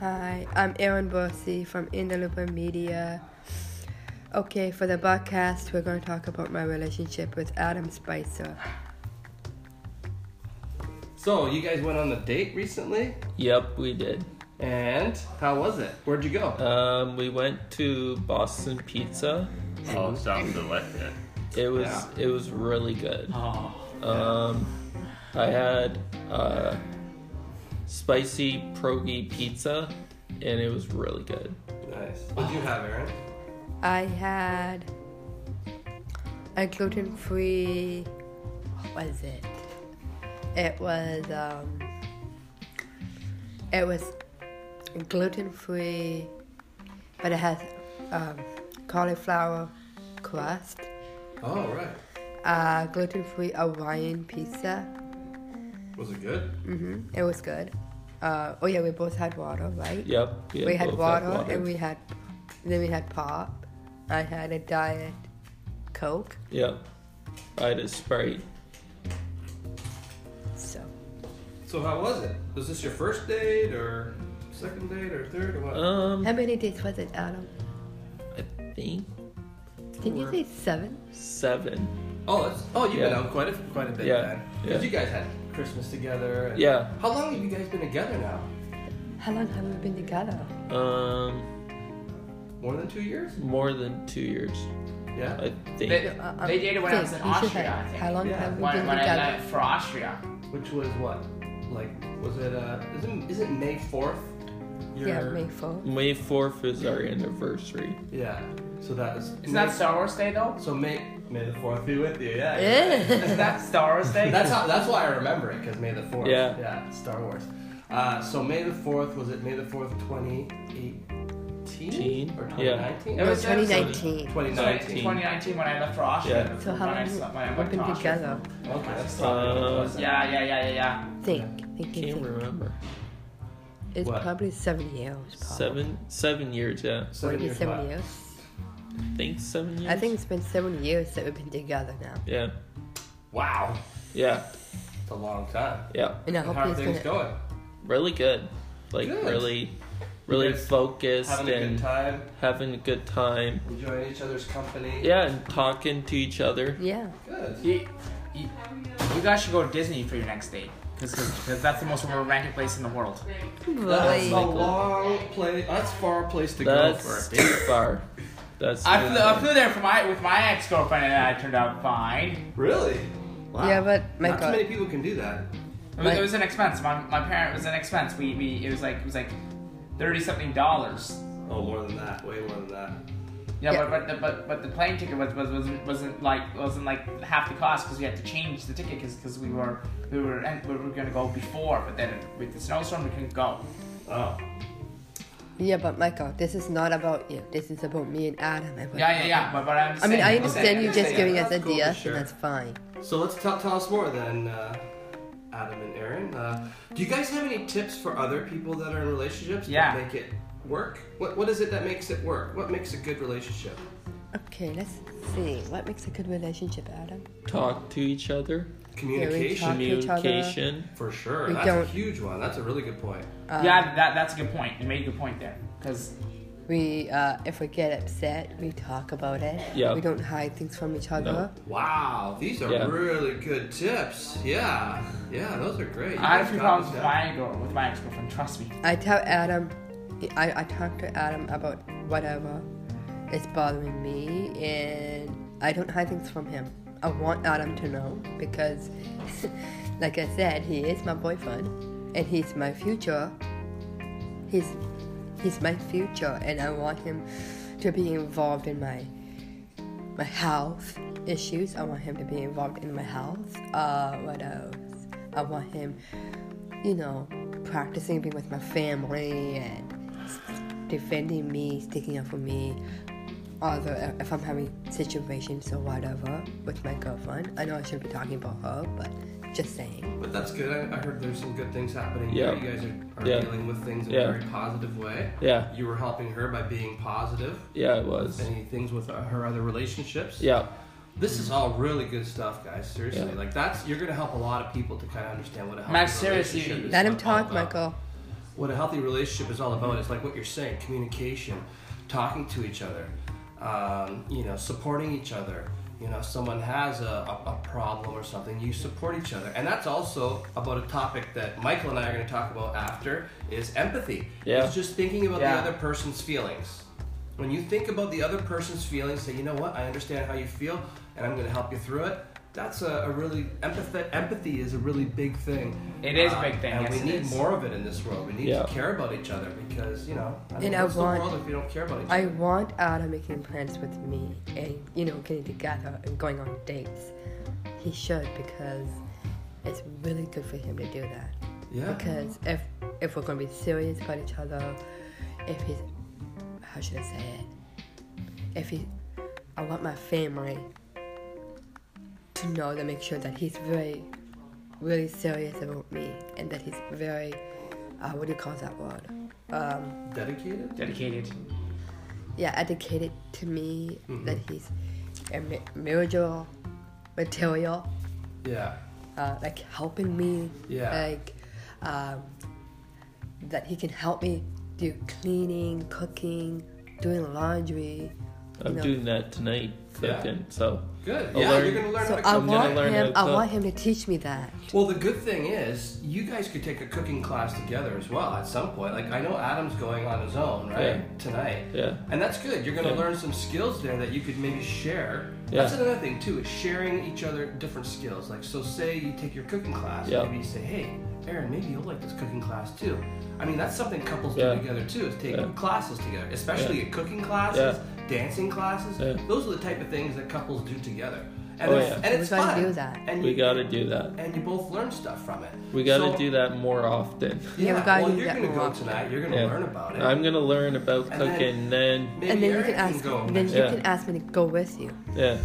Hi, I'm Aaron Borsey from In the Looper Media. Okay, for the podcast, we're going to talk about my relationship with Adam Spicer. So you guys went on a date recently, Yep, we did. and how was it? Where'd you go? Um, we went to Boston Pizza. Oh, stop the left. yeah. It was it was really good. Oh, Um, I had uh, spicy pierogi pizza, and it was really good. Nice. What'd you have, Aaron? I had a gluten free. What was it? It was, um, it was gluten free, but it has um, cauliflower crust. Oh, right. uh, gluten free Hawaiian pizza. Was it good? hmm It was good. Uh, oh yeah, we both had water, right? Yep. we had both water, and we had then we had pop. I had a diet coke. Yep. I had a Sprite. So So how was it? Was this your first date or second date or third or what? Um, how many days was it, Adam? I think Didn't you Four. say seven? seven. oh, it's, oh, you've been yeah. out quite a quite a bit Yeah, then. yeah. Because you guys had Christmas together. and- Yeah. How long have you guys been together now? How long have we been together? Um, More than two years? more than two years. Yeah. I think. They- They dated when I was Think, Uh, in you should Austria, have- I think. How long Yeah. have we When, been when I together? left for Austria. Which was what? Like, was it uh? Isn't is it May fourth? yeah, May fourth. May fourth is our anniversary. Yeah. So that was. Isn't that Star Wars Day though? So May May the fourth be with you. Yeah. you're right. Isn't Eh. that Star Wars Day? That's how. That's why I remember it because May the Fourth. Yeah. Yeah. Star Wars. Uh, so May the Fourth was it May the Fourth, twenty eighteen Teen? or twenty Yeah. nineteen? It was Twenty nineteen. twenty So it's nineteen. 2019 when I left for Austria. Yeah. So when how I long slept- when I have went we to been Austria. together? Okay. That's Uh, uh, Yeah, yeah, yeah, yeah, yeah. Think, think, think, Can't think. remember. It's What? probably seven years. Probably. Seven seven years, yeah. Seven Maybe years. seven back. years. I think seven years. I think it's been seven years that we've been together now. Yeah. Wow. Yeah. It's a long time. Yeah. And I And hope how are he's things gonna. going? Really good. Like Good. really really You guys focused Having a and good time, having a good time. enjoying each other's company. Yeah, and talking to each other. Yeah. Good. You, you, you guys should go to Disney for your next date. Because that's the most romantic place in the world. That's a Really. long place. That's far place to go That's for. too far. That's I too flew, I far. flew there for my, with my ex girlfriend and I turned out fine. Really? Yeah, but my Not too God. many people can do that. It was, Like- it was an expense. My, my parent it was an expense. We, we it was like it was like thirty something dollars. Oh, more than that. Way more than that. Yeah, Yeah. But, but the but but the plane ticket was, was wasn't wasn't like wasn't like half the cost because we had to change the ticket because we were we were and we were gonna go before, but then with the snowstorm we couldn't go. Oh. Yeah, but Michael, this is not about you. This is about me and Adam. And what- Yeah, yeah, yeah. But but I'm. I mean, saying- I I'm saying- understand you just understand. giving us That's cool, ideas, sure. and that's fine. So let's tell tell us more then, uh, Adam and Aaron. Uh, do you guys have any tips for other people that are in relationships Yeah. that make it work? What what is it that makes it work? What makes a good relationship? Okay, let's see. What makes a good relationship, Adam? Talk to each other. Communication Talk to each other. Communication. for sure. We That's a don't- huge one. That's a really good point. Um, Yeah, that that's a good point. You made a good point there because We, uh, if we get upset, we talk about it. Yeah. We don't hide things from each other. Wow, these are Yeah. really good tips. Yeah, yeah, those are great. You I had a guys few got problems this with down. my girl with my ex girlfriend. Trust me. I tell Adam, I, I talk to Adam about whatever is bothering me, and I don't hide things from him. I want Adam to know because, like I said, he is my boyfriend, and he's my future. He's he's my future, and I want him to be involved in my my health issues. I want him to be involved in my health. Uh, what else? I want him, you know, practicing being with my family and s- defending me, sticking up for me. Although if I'm having situations or whatever with my girlfriend, I know I shouldn't be talking about her, but just saying. But that's good. I, I heard there's some good things happening. Yeah. here. you guys are, are Yeah. dealing with things in Yeah. a very positive way. Yeah. You were helping her by being positive. Yeah, it was. Any things with uh, her other relationships. Yeah. This is all really good stuff, guys. Seriously, Yeah. like that's you're gonna help a lot of people to kind of understand what a healthy Max, seriously, relationship is Let him all talk, about. Michael. what a healthy relationship is all about. It's like what you're saying: communication, talking to each other, um, you know, supporting each other. You know, someone has a, a, a problem or something, you support each other, and that's also about a topic that Michael and I are going to talk about after is empathy. Yeah. It's just thinking about Yeah. the other person's feelings. When you think about the other person's feelings, say, you know what, I understand how you feel, and I'm going to help you through it. That's a, a really empathy. Empathy is a really big thing. Uh, It is a big thing, and yes, we it need is. more of it in this world. We need Yeah. to care about each other because you know, I mean, And I what's want- the world if you don't care about each other? I want Adam making plans with me and, you know, getting together and going on dates. He should because it's really good for him to do that. yeah, Because if if we're gonna be serious about each other, if he's how should I say it? If he I want my family to know to make sure that he's very really serious about me and that he's very uh, what do you call that word? Um dedicated. Dedicated. yeah, educated to me that he's a mi- miracle material, Yeah, uh, like helping me, Yeah. like um, that he can help me do cleaning, cooking, doing laundry. I'm No. doing that tonight, Yeah. cooking. So good. I'll yeah, learn- you're gonna learn So how to I cook. I'm gonna want learn how him. to I cook. want him to teach me that. Well, the good thing is, you guys could take a cooking class together as well at some point. Like, I know Adam's going on his own, right? Yeah. Tonight. Yeah. And that's good. You're going to Yeah. learn some skills there that you could maybe share. Yeah. That's another thing, too, is sharing each other different skills. Like, so say you take your cooking class, Yeah. maybe you say, hey, Aaron, maybe you'll like this cooking class too. I mean, that's something couples Yeah. do together too, is take Yeah. classes together, especially cooking classes, dancing classes. Yeah. Those are the type of things that couples do together. And, Oh, it's- yeah. and it's We gotta fun. do that. And we you- gotta do that. and you both learn stuff from it. We gotta So- do that more often. Yeah, Yeah, we gotta well, do you're that gonna more go often. tonight. You're gonna Yeah. learn about it. I'm gonna learn about And cooking, then, Maybe and then you Eric can ask. go. then you Yeah. can ask me to go with you. yeah,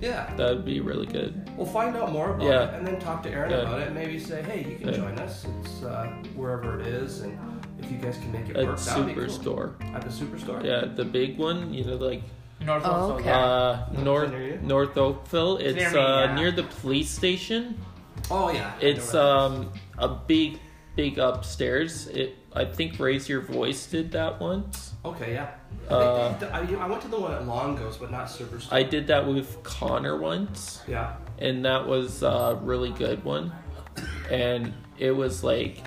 yeah, that would be really good. we'll find out more about Yeah. it, and then talk to Aaron Yeah. about it. And maybe say, hey, you can Yeah. join us. It's uh, wherever it is, and if you guys can make it At work, that'd be cool. Superstore. At the superstore. Yeah, the big one, you know, like North Oh, Oakville, okay. yeah. uh, Is it North near you? North Oakville. It's Near me, uh, yeah. near the police station. Oh yeah. I know It's where that um a big big upstairs. It I think Raise Your Voice did that once. is. Okay, yeah. I, uh, think they- I, I went to the one at Longo's, but not superstore. I did that with Connor once. yeah. and that was a really good one and it was like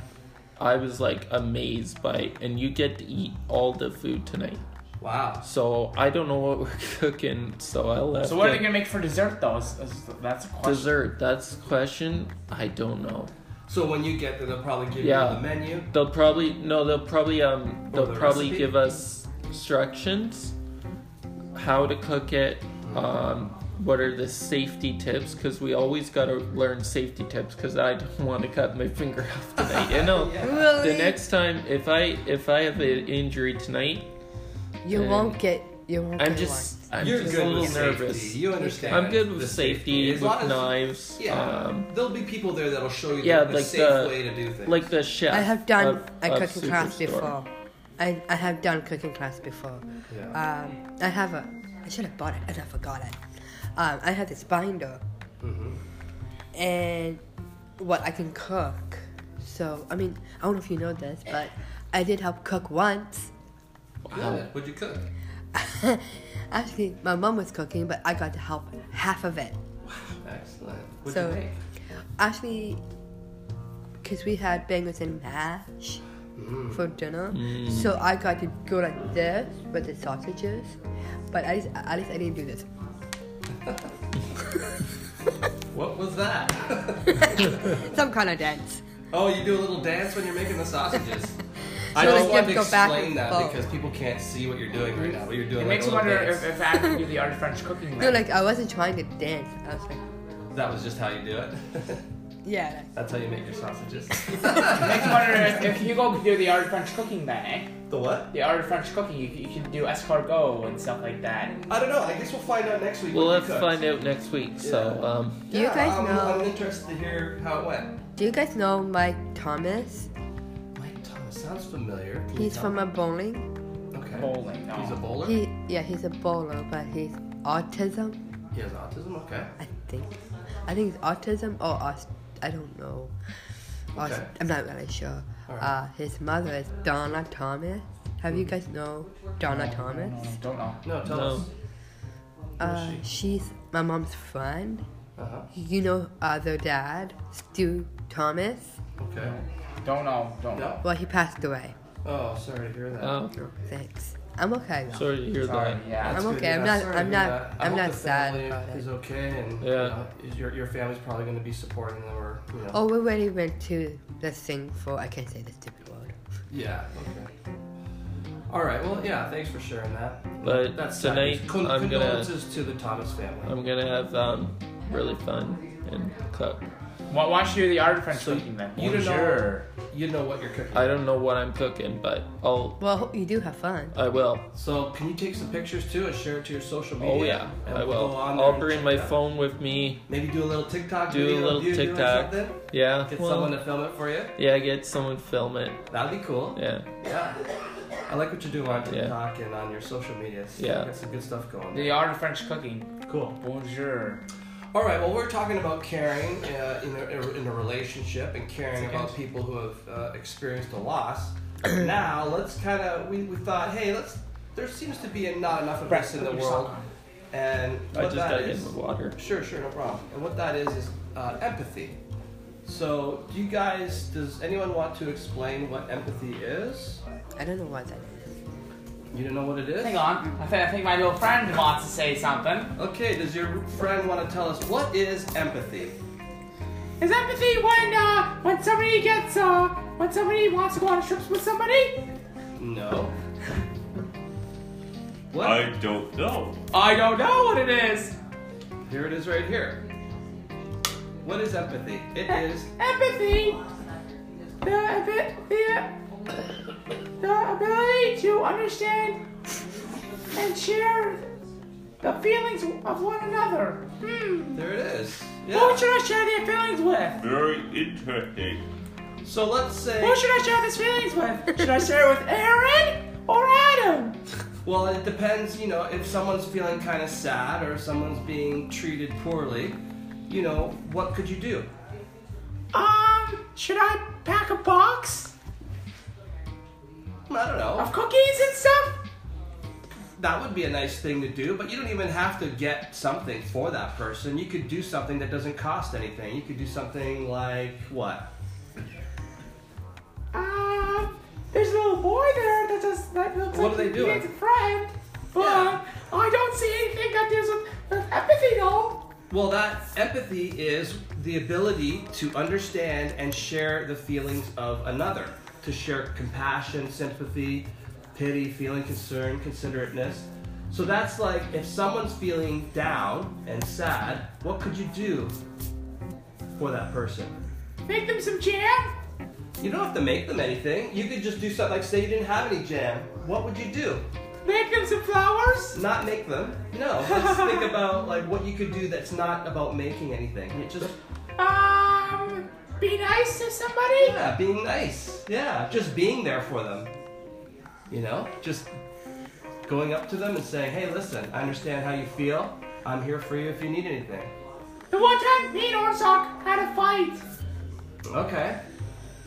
i was like amazed by and you get to eat all the food tonight Wow. so i don't know what we're cooking so i'll have So what to- are they gonna make for dessert though? Is- is- that's a question. dessert that's the question i don't know So when you get there, they'll probably give Yeah. you the menu. they'll probably no they'll probably um Or they'll the probably recipe? give us instructions how to cook it um what are the safety tips because we always got to learn safety tips because i don't want to cut my finger off tonight you know the next time if i if i have an injury tonight you um, won't get. You won't i'm get just i'm You're just good a little with nervous safety. You understand. i'm good the with safety, As with long as- knives Yeah, um there'll be people there that'll show you yeah, the, the like safe the- way to do things. like the chef I have done of- a of cooking class Superstore. before. I, I have done cooking class before. yeah. Um, I have a. I should have bought it and I forgot it. Um, I have this binder. And what I can cook. So, I mean, I don't know if you know this, but I did help cook once. Good. What'd you cook? Actually, my mom was cooking, but I got to help half of it. Excellent. What'd So- you make? Actually, because we had bangers and mash for dinner, so I got to go like this with the sausages, but at least, at least I didn't do this. What was that? Some kind of dance. oh, you do a little dance when you're making the sausages. I So just it's wanted to gonna go back explain and that forth. because people can't see what you're doing right now, but you're doing It like makes a you little wonder dance. if, if I could do the art of French cooking. No, then. like I wasn't trying to dance. I was like, that was just how you do it. yeah. That's how you make your sausages. It makes you wonder if, if you go do the art of French cooking then, eh? the what? The art of French cooking, you, you can do escargot and stuff like that. I don't know. I guess we'll find out next week. we'll what have you to cooked. find out next week so Yeah. um Do yeah, you guys I'm, I'm know? interested to hear how it went. Do you guys know Mike Thomas? Mike Thomas sounds familiar. Can you He's tell from me? a bowling. okay. Bowling, no. He's a bowler. He yeah, he's a bowler, but he's autism. he has autism. Okay. I think. I think it's autism or aust- I don't know. Or s- Okay. I'm not really sure. Alright. Uh, his mother is Donna Thomas. Have you guys know Donna No, Thomas? No, no, don't know. No, tell No. us. Uh, Who is she? she's my mom's friend. Uh-huh. You know uh, their dad, Stu Thomas. Okay. Don't know. Don't know. No? Well, he passed away. Oh, sorry to hear that. Oh, No, thanks. I'm okay though. sorry to hear Sorry, that. yeah. I'm That's good, okay, yeah, I'm not- sorry to I'm hear not- that. I I'm hope not the sad family about it. Is okay, and Yeah. you know, is your your family's probably going to be supporting them, or you know. Oh, we already went to the thing for I can't say the stupid word. Yeah. Okay. All right. Well, yeah. Thanks for sharing that. But sad tonight, news. Con- I'm gonna- condolences to the Thomas family. I'm gonna have um, really fun and cook. Why, why don't you do the art of French So cooking then? you don't know- Sure. you know what you're cooking. I don't know what I'm cooking, but I'll Well, I hope you do have fun. I will. so can you take some pictures too and share it to your social media? Oh yeah, and I we'll will. go on there I'll and bring check my that. phone with me. Maybe do a little TikTok. Do a video of little you doing TikTok. something. Yeah. Get well, someone to film it for you. yeah, get someone to film it. That'd be cool. Yeah. Yeah. I like what you're doing on Yeah. TikTok and on your social media. So Yeah. Got some good stuff going. The art of French cooking. Cool. Bonjour. All right. Well, we're talking about caring uh, in, a, in a relationship and caring about people who have uh, experienced a loss. now, let's kind of we, we thought, hey, let's. There seems to be not enough of us in the world, and I what just that gotta get is, in the water. sure, sure, no problem. And what that is is uh, empathy. So, do you guys? Does anyone want to explain what empathy is? I don't know what that is. You don't know what it is? Hang on. I think, I think my little friend wants to say something. Okay, does your friend want to tell us what is empathy? Is empathy when uh when somebody gets uh when somebody wants to go on trips with somebody? No. What? I don't know. I don't know what it is. Here it is right here. What is empathy? It is Empathy. The epi- the the ability to understand and share the feelings of one another. Hmm. there it is. Who Yeah. should I share their feelings with? Very interesting. So let's say Who should I share these feelings with? Should I share it with Aaron or Adam? well it depends, you know, if someone's feeling kinda sad or someone's being treated poorly, you know, what could you do? Um, should I pack a box I don't of know. cookies and stuff? That would be a nice thing to do, but you don't even have to get something for that person. You could do something that doesn't cost anything. You could do something like what? Um, there's a little boy there that does that looks What like are they he doing? needs a friend. But Yeah. I don't see anything that deals with, with empathy though. Well, that empathy is the ability to understand and share the feelings of another, to share compassion, sympathy, pity, feeling concern, considerateness. So that's like if someone's feeling down and sad, what could you do for that person? Make them some jam. You don't have to make them anything. You could just do something like say you didn't have any jam. What would you do? Make them some flowers. Not make them. No. Let's think about like what you could do that's not about making anything. It just Um, be nice to somebody. Yeah, being nice. Yeah, just being there for them. You know, just going up to them and saying, "Hey, listen, I understand how you feel. I'm here for you if you need anything." The one time me and Orzok had a fight. Okay.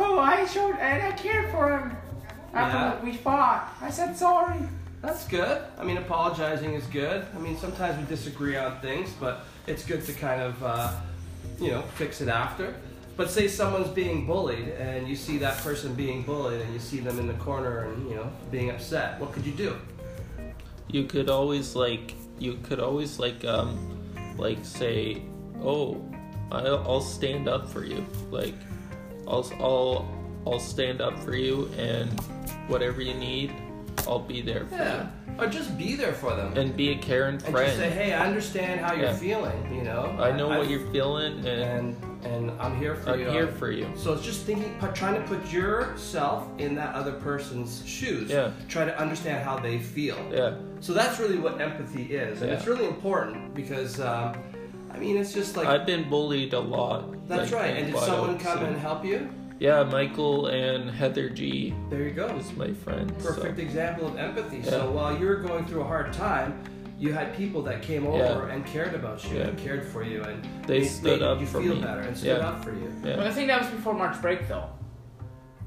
Oh, I showed and I cared for him. After Yeah. we fought, I said sorry. That's good. I mean, apologizing is good. I mean, sometimes we disagree on things, but it's good to kind of, uh, you know, fix it after. But say someone's being bullied, and you see that person being bullied, and you see them in the corner, and you know, being upset. What could you do? You could always like you could always like um like say, "Oh, I'll, I'll stand up for you." Like I'll I'll I'll stand up for you and whatever you need, I'll be there for Yeah. Or just be there for them. you. And be a caring and friend. just say, "Hey, I understand how you're Yeah. feeling. You know, I know what you're feeling and and and I'm here for I'm you. here for you. So it's just thinking, pu- trying to put yourself in that other person's shoes. Yeah. Try to understand how they feel. Yeah. So that's really what empathy is, and Yeah. it's really important because, um, I mean, it's just like I've been bullied a lot. that's like, right. in And did Wild, someone come so- and help you? Yeah, Michael and Heather G There you go. was my friend. perfect So. example of empathy. Yeah. So while you're going through a hard time, you had people that came Yeah. over and cared about you Yeah. and cared for you and They made- stood made up you for feel me. better and stood Yeah. up for you. Yeah. But I think that was before March break, though.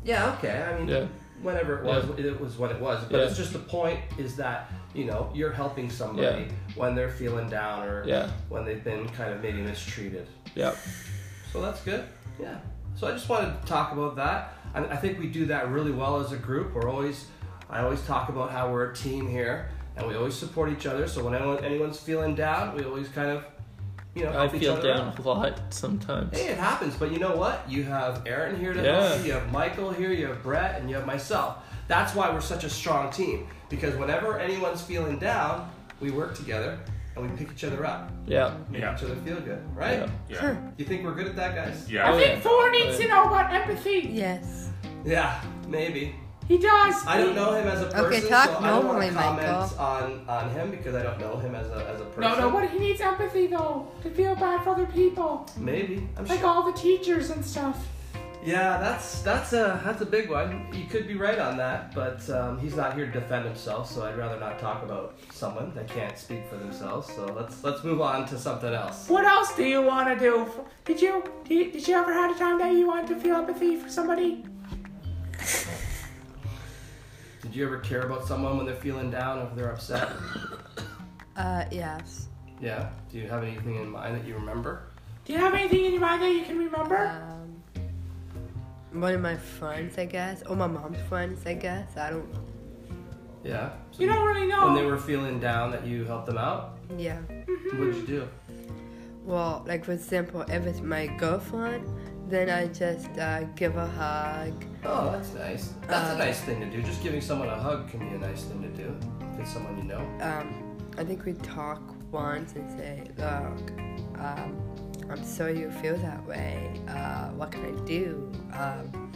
Yeah, okay. I mean, Yeah. whenever it was, it was what it was. But Yeah. it's just the point is that you know you're helping somebody when they're feeling down or Yeah. when they've been kind of maybe mistreated. Yeah. So that's good. Yeah. So I just wanted to talk about that. I, I think we do that really well as a group. We're always, I always talk about how we're a team here and we always support each other. So when anyone, anyone's feeling down, we always kind of, you know, I help each feel other out. down a lot sometimes. Hey, it happens, but you know what? You have Aaron here to Yeah. help you, you have Michael here, you have Brett, and you have myself. That's why we're such a strong team because whenever anyone's feeling down, we work together and we pick each other up, Yeah. make Yeah. each other feel good, right? Yeah. Yeah. You think we're good at that, guys? Yeah. I think Thor needs to know about empathy. Yes. Yeah, maybe. He does. I don't know him as a person, talk so I don't want normally, to comment Michael. on on him because I don't know him as a as a person. No, no, but he needs empathy though to feel bad for other people, Maybe. I'm like sure. all the teachers and stuff. Yeah, that's that's a that's a big one. You could be right on that, but um, he's not here to defend himself, so I'd rather not talk about someone that can't speak for themselves. So let's let's move on to something else. What else do you want to do? Did you, did you did you ever had a time that you wanted to feel empathy for somebody? Did you ever care about someone when they're feeling down or if they're upset? Uh, yes. Yeah. Do you have anything in mind that you remember? Do you have anything in your mind that you can remember? Um, one of my friends, I guess, or my mom's friends, I guess. I don't. Yeah. So You don't really know. When they were feeling down, that you helped them out. Yeah. What'd you do? Well, like for example, if it's my girlfriend, then I just uh, give a hug. Oh, that's nice. That's a Uh, nice thing to do. Just giving someone a hug can be a nice thing to do. If it's someone you know. Um, I think we talk once and say, look, um, I'm sorry you feel that way. Uh, what can I do? Um,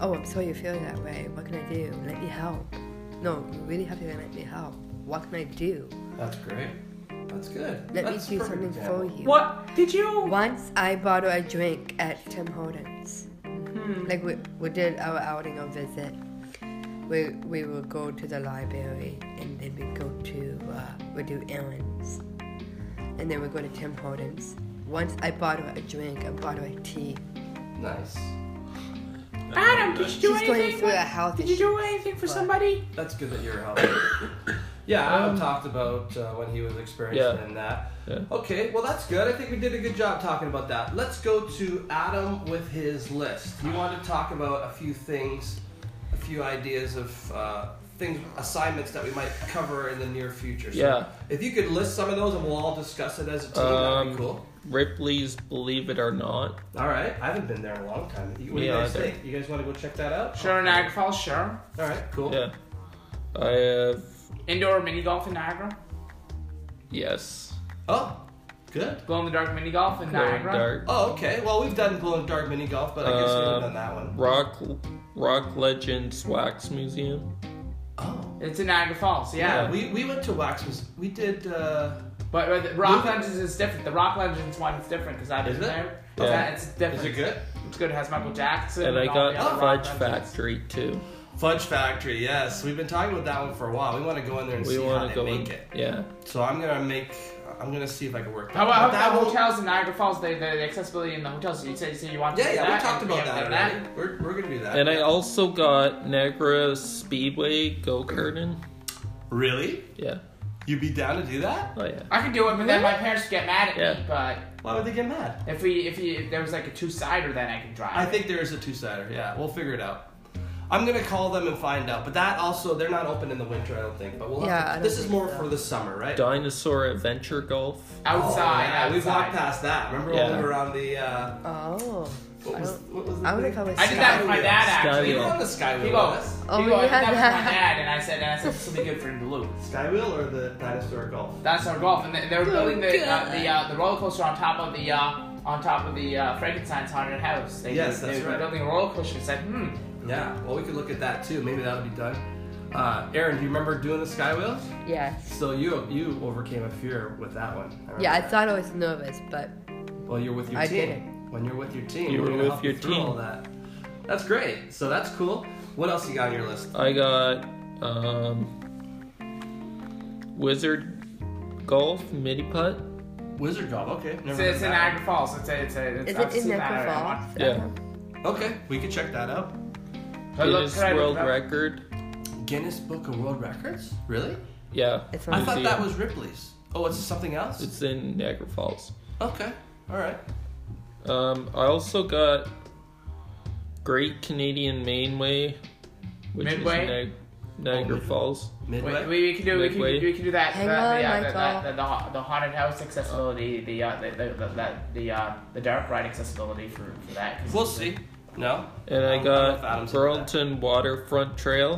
oh, I'm sorry you feel that way. What can I do? Let me help. No, you really have to let me help. What can I do? That's great. That's good. Let That's a me do perfect something example. for you. What did you? Once I bought her a drink at Tim Hortons. Hmm. Like we, we did our outing or visit. We we will go to the library and then we go to uh, we do errands, and then we go to Tim Hortons. Once I bought her a drink, I bought her a tea. Nice. Adam, did you do She's going anything? through for- a health Did you issue. do anything for somebody? That's good that you're helping. yeah, Adam talked about uh, when he was experiencing Um, Yeah. in that. Yeah. Okay, well that's good. I think we did a good job talking about that. Let's go to Adam with his list. You want to talk about a few things, a few ideas of uh, things, assignments that we might cover in the near future. So Yeah. If you could list some of those and we'll all discuss it as a team, that'd Um, be cool. Ripley's Believe It or Not. All right, I haven't been there in a long time. You- What do you Me guys either. think? You guys want to go check that out? Sure, Niagara Falls. Sure. All right, cool. Yeah. I have Indoor mini golf in Niagara. yes. Oh, good. Glow in the dark mini golf in Glow in Niagara. Dark. Oh, okay. Well, we've done glow in the dark mini golf, but I guess we haven't Uh, done that one. Rock Rock Legends Wax Museum. Oh, It's in Niagara Falls. yeah. yeah. We, we went to Waxman's. We did. Uh, But, but the Rock Luke- Legends is different. The Rock Legends one is different because I've Is been it? there. Yeah. Yeah, it's is different. it good? It's good. It has Michael Jackson. And I all the got other Fudge Oh, Rock Legends. Factory too. Fudge Factory. Yes, we've been talking about that one for a while. We want to go in there and We see how want they to go make in. it. Yeah. So I'm gonna make. I'm gonna see if I can work. How about, But how about won't- hotels in Niagara Falls? The, the, the accessibility in the hotels. You said, you said you want to Yeah, do yeah. that, We talked and about haven't that done already. We're, we're gonna do that. And I also got Niagara Speedway Go Karting. really. Yeah. You'd be down to do that? Oh yeah. I could do it, but then my parents would get mad at me. Yeah. But Why would they get mad? if we if, you, if there was like a two sider, then I could drive. I think there is a two-sider. Yeah, we'll figure it out. I'm gonna call them and find out. But that also, they're not open in the winter, I don't think. But Yeah, we'll. I have to, don't this is think more so. for the summer, right? Dinosaur Adventure Golf. outside. Oh, yeah, we walked outside. past that. Remember when Yeah. we were on the uh, Oh, what I was don't. what was the I don't know thing? if I was. I did that shy. with my Skywheel. dad Skywheel. actually. You were on the Skywheel. He with goes, us. Oh, he goes, we I did had that with my that. dad, and I said, and I said, this will be good for him to lose. Skywheel or the dinosaur golf? That's our golf, and they, they were Oh, building the uh, God. the, uh, the roller coaster on top of the uh, on top of the uh, Frankenstein's haunted house. They, Yes, they that's were right. building a roller coaster. It's like, hmm, Yeah. Well, we could look at that too. Maybe that would be done. Uh, Aaron, do you remember doing the Skywheel? Yes. So you you overcame a fear with that one. remember Yeah, I that. thought I was nervous, but Well, you're with your I team. did it. When you're with your team, You we're were gonna with help your you through team. All that. That's great. So that's cool. What else you got on your list? I got um, Wizard golf, mini putt. Wizard golf. Okay. Never It's, heard it's of in that. Niagara Falls. It's a, it's a, it's Is up it in to Niagara Niagara Falls? Falls. Yeah. Okay, we could check that out. I It looked is right world up. record. Guinness Book of World Records. Really? Yeah. It's I on- thought Museum. that was Ripley's. Oh, it's something else. It's in Niagara Falls. okay. All right. Um, I also got Great Canadian Mainway, which Midway? is Niag- Niagara Oh, Midway. Falls. Midway. We, we, we can do we can, Midway. we can do that. Hang the, on, the, uh, Michael. The, the, the, ha- the haunted house accessibility, the uh, the the the, the, the, uh, the dark ride accessibility for, for that. 'cause We'll it's- see. No. And Oh, I I don't know if got Adam's into Burlington Waterfront Trail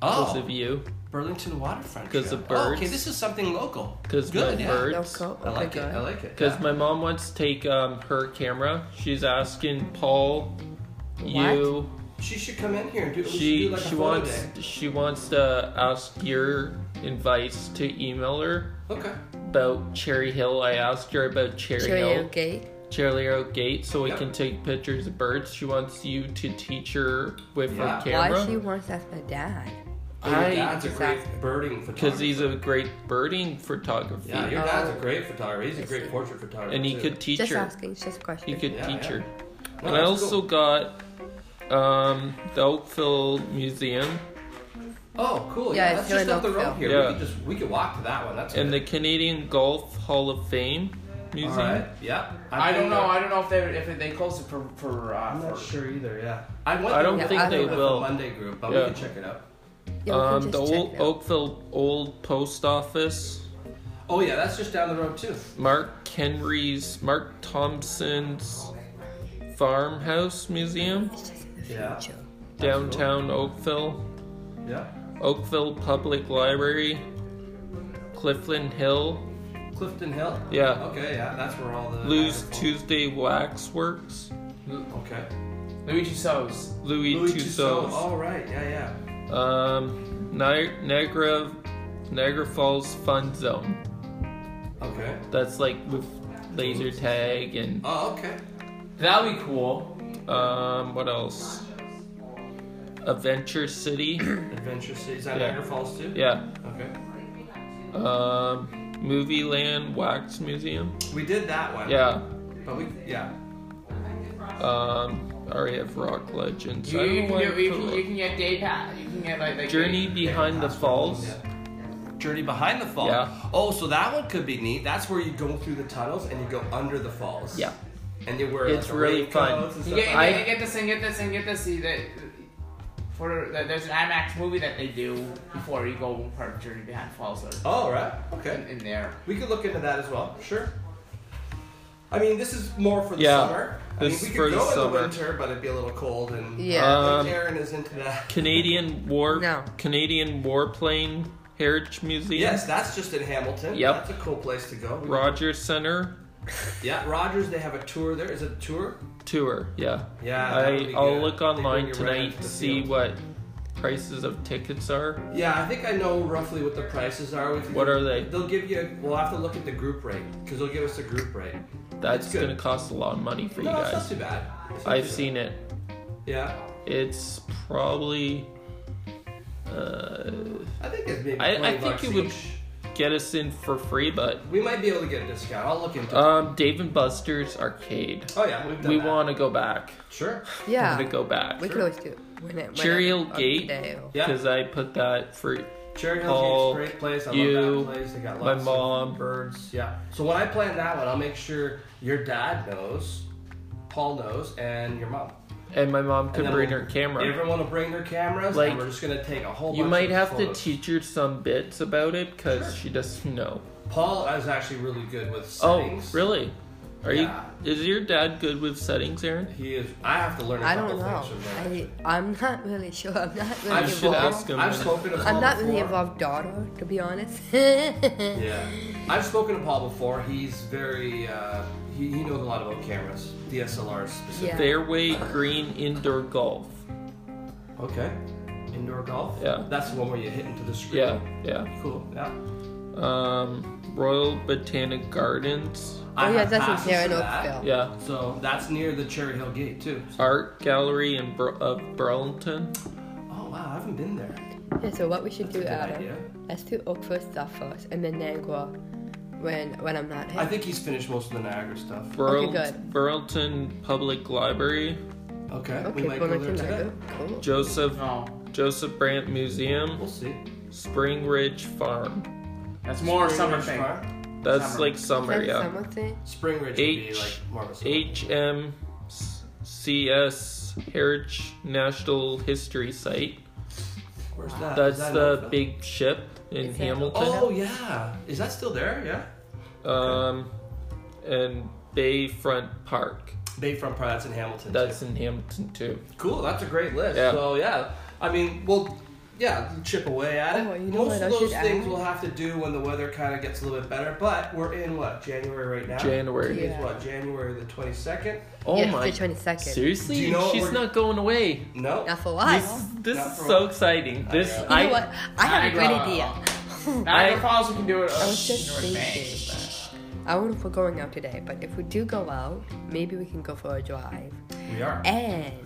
because Oh, of you, Burlington Waterfront. 'Cause Trail. of Oh, okay, birds. this is something local. 'Cause Good, my yeah. bird- No Birds. co- I like okay, it. I good. like it. because yeah. my mom wants to take um, her camera. She's asking Paul, you. she should come in here and do. we should She do like a she photo wants day. she wants to ask your advice to email her Okay. about Cherry Hill. I asked her about Cherry Hill. Cheerio Gate. Cheerleader Gate so we Yeah. can take pictures of birds. She wants you to teach her with Yeah. her Why she camera. wants that's my dad. Oh, your I- dad's a great Exactly. birding photographer. Because he's a great birding photographer. Yeah, your dad's a Oh. great photographer. He's a great see. portrait photographer. and he too. could teach Just her. asking, it's just a question. He could Yeah, teach yeah. her. No, and I that's also cool. got um, the Oakville Museum Oh, cool. Yeah, Yeah, it's that's here just in up the road Oakville. here. Yeah. We could just we could walk to that one. That's and the good. Canadian Golf Hall of Fame Museum. All right. Yeah. I I've don't been know. there. I don't know if they if they close it for for. Uh, uh, I'm for not sure either. Yeah. I, went I there don't one think time they with the will. Monday group, but Yeah. we can check it out. Yeah, we can um, the just check old it out. Oakville Old Post Office. Oh yeah, that's just down the road too. Mark Henry's Mark Thompson's Farmhouse Museum. It's just in the Yeah. future. downtown Oakville, Yeah. Oakville Public Library, Clifton Hill, Clifton Hill. Yeah. Okay. Yeah, that's where all the Lou's agriculture- Tuesday Waxworks, Okay. Luigi So's. Louis, Louis Tussauds. Tussauds, All right. Yeah. Yeah. um, Ni- Niagara, Niagara Falls Fun Zone. Okay. That's like with laser tag and Oh, okay. That'll be cool. um, what else? Adventure City, Adventure City. Is that Yeah. Niagara Falls too? yeah. Okay. Um, Movie Land Wax Museum, We did that one. yeah. But we, yeah. Um, RAF Rock Legends. You, I don't you, know can, why I do, you, put can, Rock- you can get day pass. You can get like, like Journey Behind the Falls. Journey behind the falls. Yeah. Oh, so that one could be neat. That's where you go through the tunnels and you go under the falls. Yeah. And you wear It's like, really raincoats fun. and You stuff get, you like get, you get this and get this and get this. You, that, for that there's an IMAX movie that they do before you go part of Journey Behind Falls that. Oh, right. in, Okay. in there. We could look into that as well. Sure. I mean, this is more for the Yeah. summer. I mean, This is we for could the go in summer. the winter, but it'd be a little cold and. Yeah. I Um, think Aaron is into that. Canadian War No. Canadian Warplane Heritage Museum. Yes, that's just in Hamilton. Yep. That's a cool place to go. We- Rogers Center Yeah, Rogers. They have a tour there. Is it a tour? tour. Yeah. Yeah, that would I be I'll good. look They bring online you right tonight into to the see field. what prices of tickets are. Yeah, I think I know roughly what the prices are. We can- What are they? They'll give you. We'll have to look at the group rate because they'll give us a group rate. That's It's good. gonna cost a lot of money for no, you it's not guys. too bad. It's not I've too bad. seen it. Yeah, It's probably uh, I think it's maybe. I- I 20 think bucks it would- each. get us in for free, but We might be able to get a discount. I'll look into. it. um, Dave and Buster's Arcade. Oh yeah, we've done We that. want to go back. Sure. Yeah. I'm gonna go back. We could always do it when it when Cheerio it- on Gate. day or- Yeah. because I put that for Cherry Hill Gate's Paul, a great place. I you, love that place. They got my lots mom. of birds. Yeah. So when I plan that one, I'll make sure your dad knows, Paul knows, and your mom. and my mom And could then bring we'll- her camera. Everyone will bring their cameras, Like, and we're just gonna take a whole. You bunch might of have to photos. teach her some bits about it because she doesn't know. Paul is actually really good with settings. Oh, really? Are Yeah. you? Is your dad good with settings, Aaron? He is. I have to learn. I I don't know. things from him. I I'm not really sure. I'm not really I've involved. should spoken- ask him. I've spoken to Paul I'm not really before. involved daughter, to be honest. Yeah, I've spoken to Paul before. He's very. Uh, he, he knows a lot about cameras, DSLRs specifically. Fairway green indoor golf. Okay. Indoor golf. Yeah. That's the one where you hit into the screen. Yeah, yeah. Cool. Yeah. Oh, Um, Royal Botanic Gardens. I oh yeah, have that's passes in here in for that. Oakville. Yeah. So that's near the Cherry Hill Gate too. Art gallery in Bur- of Burlington. Oh wow, I haven't been there. Yeah, so what we should do, Good Adam? idea. Let's do Oakville stuff first, and then Niagara when when I'm not here. I think he's finished most of the Niagara stuff. Burl- Okay, good. Burlington Public Library, Okay, we okay, might go Burlington there today. Niagara, cool. Joseph No, Joseph Brandt Museum, We'll see. Spring Ridge Farm. that's more Spring summer Ridge thing. Farm? That's Summer. like summer, Is that yeah. summer thing? Spring Ridge would be H- like more of a summer. HMCS Heritage National History Site. Where's that? Is That's that the Northville? big ship in Is that- Hamilton. Oh yeah, is that still there? Yeah. Oh, Um, and Bayfront Park. Bayfront Pride. That's in Hamilton. That's too. in Hamilton too. cool. That's a great list. Yeah. So yeah, I mean, we'll yeah chip away at it. Oh, you know Most what I of those should things add? we'll have to do when the weather kind of gets a little bit better. But we're in what January right now. January. Yeah. It's what January the twenty second. Oh yeah, my! the 22nd. Seriously, Do you know what she's we're- not going away. No. Not for us. This, this Not is for so us. exciting. This know. you I oh, know what? I have a great Niagara. idea. Niagara I- Falls, we can do it. Uh, was just do it in May. I don't know if we're going out today, but if we do go out, maybe we can go for a drive. We are. Eh. And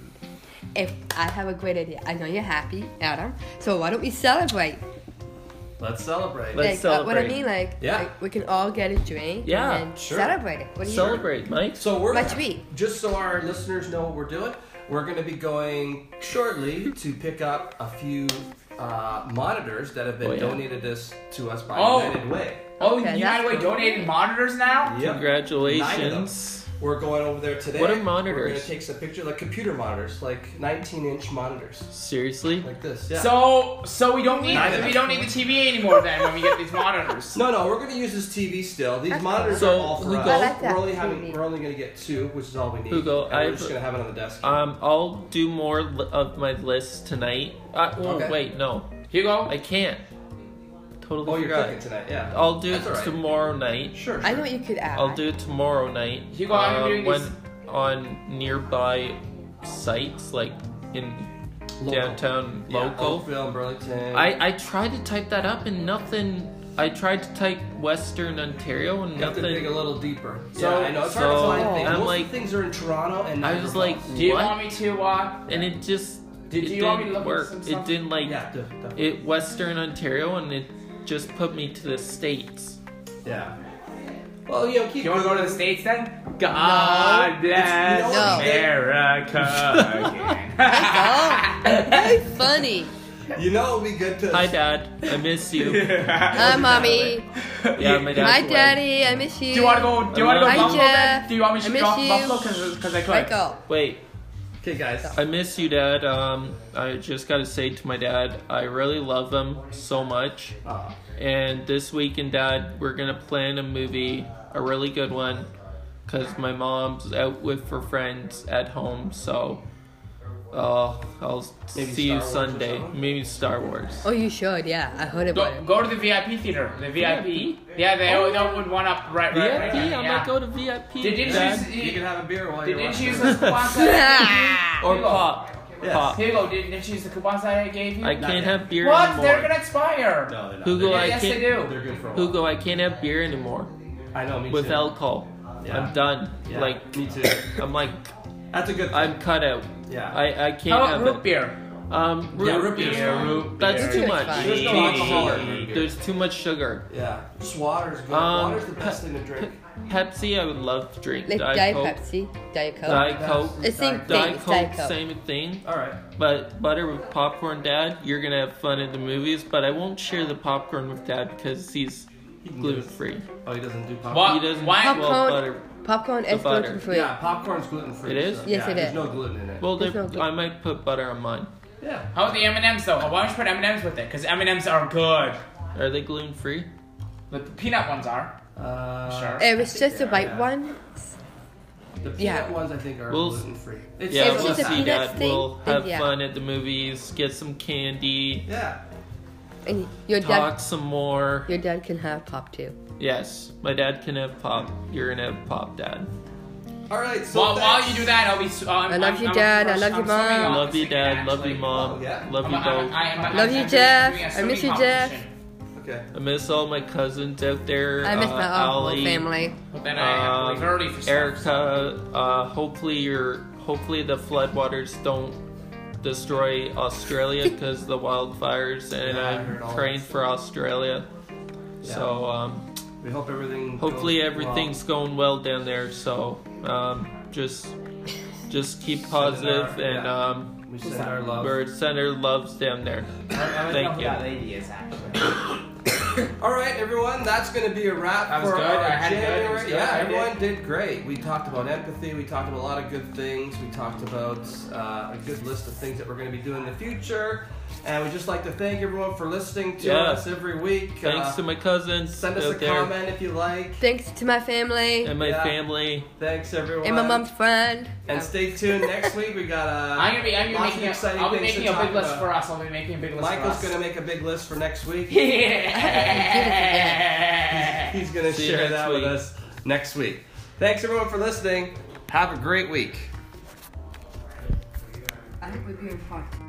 if I have a great idea, I know you're happy, Adam. So why don't we celebrate? Let's celebrate. Let's like uh, what I celebrate. mean, like, Yeah. like, we can all get a drink. Yeah, and then sure. Celebrate it. What do you? celebrate, Mike. So we're Let's meet. just so our listeners know what we're doing. We're going to be going shortly to pick up a few uh, monitors that have been Oh, yeah. donated this to us by Oh. United Way. Oh, Okay, you that's got away cool. donated monitors now? Yep. Nine of them. Congratulations. We're going over there today. What are We're monitors? going to take some pictures, like computer monitors, like 19-inch monitors, Seriously? like this. Yeah. So, so we don't need Neither. we don't need the TV anymore then when we get these monitors. no, no, we're going to use this TV still. These That's monitors cool. are all for So, us. Hugo- I like that we're only having, TV. we're only going to get two, which is all we need. Hugo, and we're I've- just going to have it on the desk. Um, I'll do more li- of my list tonight. Uh, oh, Okay. wait, no, Hugo, I can't. Totally oh, you're forgot. cooking tonight, yeah. I'll do it That's all right. tomorrow night. Sure, sure. I know what you could add. I'll do it tomorrow night. uh, Hugo, I'm doing when, this- on nearby sites like in Local. downtown Yeah, local. Oakville and Burlington. I, I tried to type that up and nothing. I tried to type Western Ontario and You have to dig a nothing. little deeper. So- yeah, I know it's so, hard to find things. I'm Most of like- the things are in Toronto, and I Niagara was like, Falls. do you what? want me to? Uh, and it just Did it you didn't want me to look at work. some it stuff? didn't like yeah, def- definitely. it Western Ontario and it just put me to the states. yeah. Well, you know, keep. you want to go to the going. states then? God bless No. America. again. Oh, very funny. You know, it would be good to. Hi Dad, I miss you. Hi, mommy. yeah, my dad's Hi, away. daddy. I miss you. Do you want to go? Do you want to go Hi, to Buffalo? Jeff. Then? Do you want me I to miss go you. Buffalo because I could? Michael? Wait, Okay, guys. I miss you, Dad. Um, I just gotta say to my dad, I really love him so much. Uh, And this weekend, Dad, we're gonna plan a movie, a really good one, because my mom's out with her friends at home. So, uh, I'll Maybe see you Star Wars or Sunday. something? Maybe Star Wars. Oh, you should. Yeah, I heard about Go, it. go to the VIP theater. The VIP. Yeah, they oh, that would one up right, right, right. VIP. right, I yeah. might go to VIP. Did you Dad. choose- you can have a beer while you're Didn't watching. you use the coupon Ah. that I or gave you? pop? Yes. Pop. Here you go. Didn't didn't you use the coupons that I gave you? I can't have beer What? They're anymore. gonna expire. No, they're not. Hugo, they're I good. yes, they can't- do. They're good for a while. Hugo, I can't have beer anymore I know. Me with too. alcohol. Yeah. I'm done. Yeah, Like, me too. I'm like, That's a good. Thing. I'm cut out. Yeah. I, I can't How have about root it. beer? Um, root, yeah, root beer's beer, fine. root That's beer. too It's much. fine. There's no alcohol in root beer. There's too much sugar. yeah, just water's good. Um, water's the best thing to drink. Pepsi, I would love to drink. Like Diet, Diet Coke, Pepsi, Diet Coke. Diet Coke, It's same Diet thing. Diet it's Diet Coke, Coke. same thing. All right. But butter with popcorn, Dad. You're gonna have fun at the movies, but I won't share the popcorn with Dad because he's can do gluten it. free. Oh, he doesn't do popcorn. What? He doesn't Why- well Popcorn. butter. Popcorn is butter. gluten free. Yeah, popcorn's gluten free. It is? So, Yes, yeah, it there's is. no gluten in it. Well, There's no there, gluten. I might put butter on mine. yeah. How about the M and M's though? Why don't you put M and M's with it? Because M and M's are good. Are they gluten free? The peanut ones are. Uh, Sure. It was just the Yeah, white yeah. one. The peanut Yeah. ones, I think, are We'll- gluten free. Yeah, It's we'll just a see, peanuts Dad. thing, We'll then have yeah. fun at the movies, get some candy, Yeah. And your talk dad, some more. your dad can have pop too. Yes, my dad can have pop. You're gonna have pop, Dad. All right. So Well, while thanks. you do that, I'll be. su- I'm, I love I'm, you, I'm, Dad. I I'm love you, swimming Mom. on Love this you, thing, Dad. Love actually. you, Mom. Oh, yeah. Love you I'm- I'm- both. I'm- I'm- Love I'm you, doing Jeff. a I swimming miss you, Jeff. competition. Okay. I miss all my cousins out there. I miss uh, my whole Ally, family. But then I have to leave Um, early for stuff. Erica. Uh, hopefully your hopefully the floodwaters don't destroy Australia because the wildfires, and Yeah, I heard all I'm praying that for Australia. Yeah. So um, We hope everything. hopefully goes well. everything's going well down there. So um, just just keep positive yeah. and um, We send our love. we're send our loves down there. I don't know Thank who you. that lady is actually. All right, everyone, that's going to be a wrap That was for good. our I had it good. It January. was good. Yeah, I did. everyone did. great. We talked about empathy. We talked about a lot of good things. We talked about uh, a good list of things that we're going to be doing in the future. And we'd just like to thank everyone for listening to Yeah. us every week. Uh, Thanks to my cousins send us out a there comment if you like. Thanks to my family and my Yeah. family. Thanks everyone. and my mom's friend. And stay tuned next week. We got uh, I'm gonna be. I'm gonna lots of be making. A, exciting I'll be things to making a talk big list about. for us. I'll be making a big list Michael's for us. gonna make a big list for next week. Yeah. He's gonna See you share next that with week. us next week. Thanks everyone for listening. Have a great week. I think we're being part.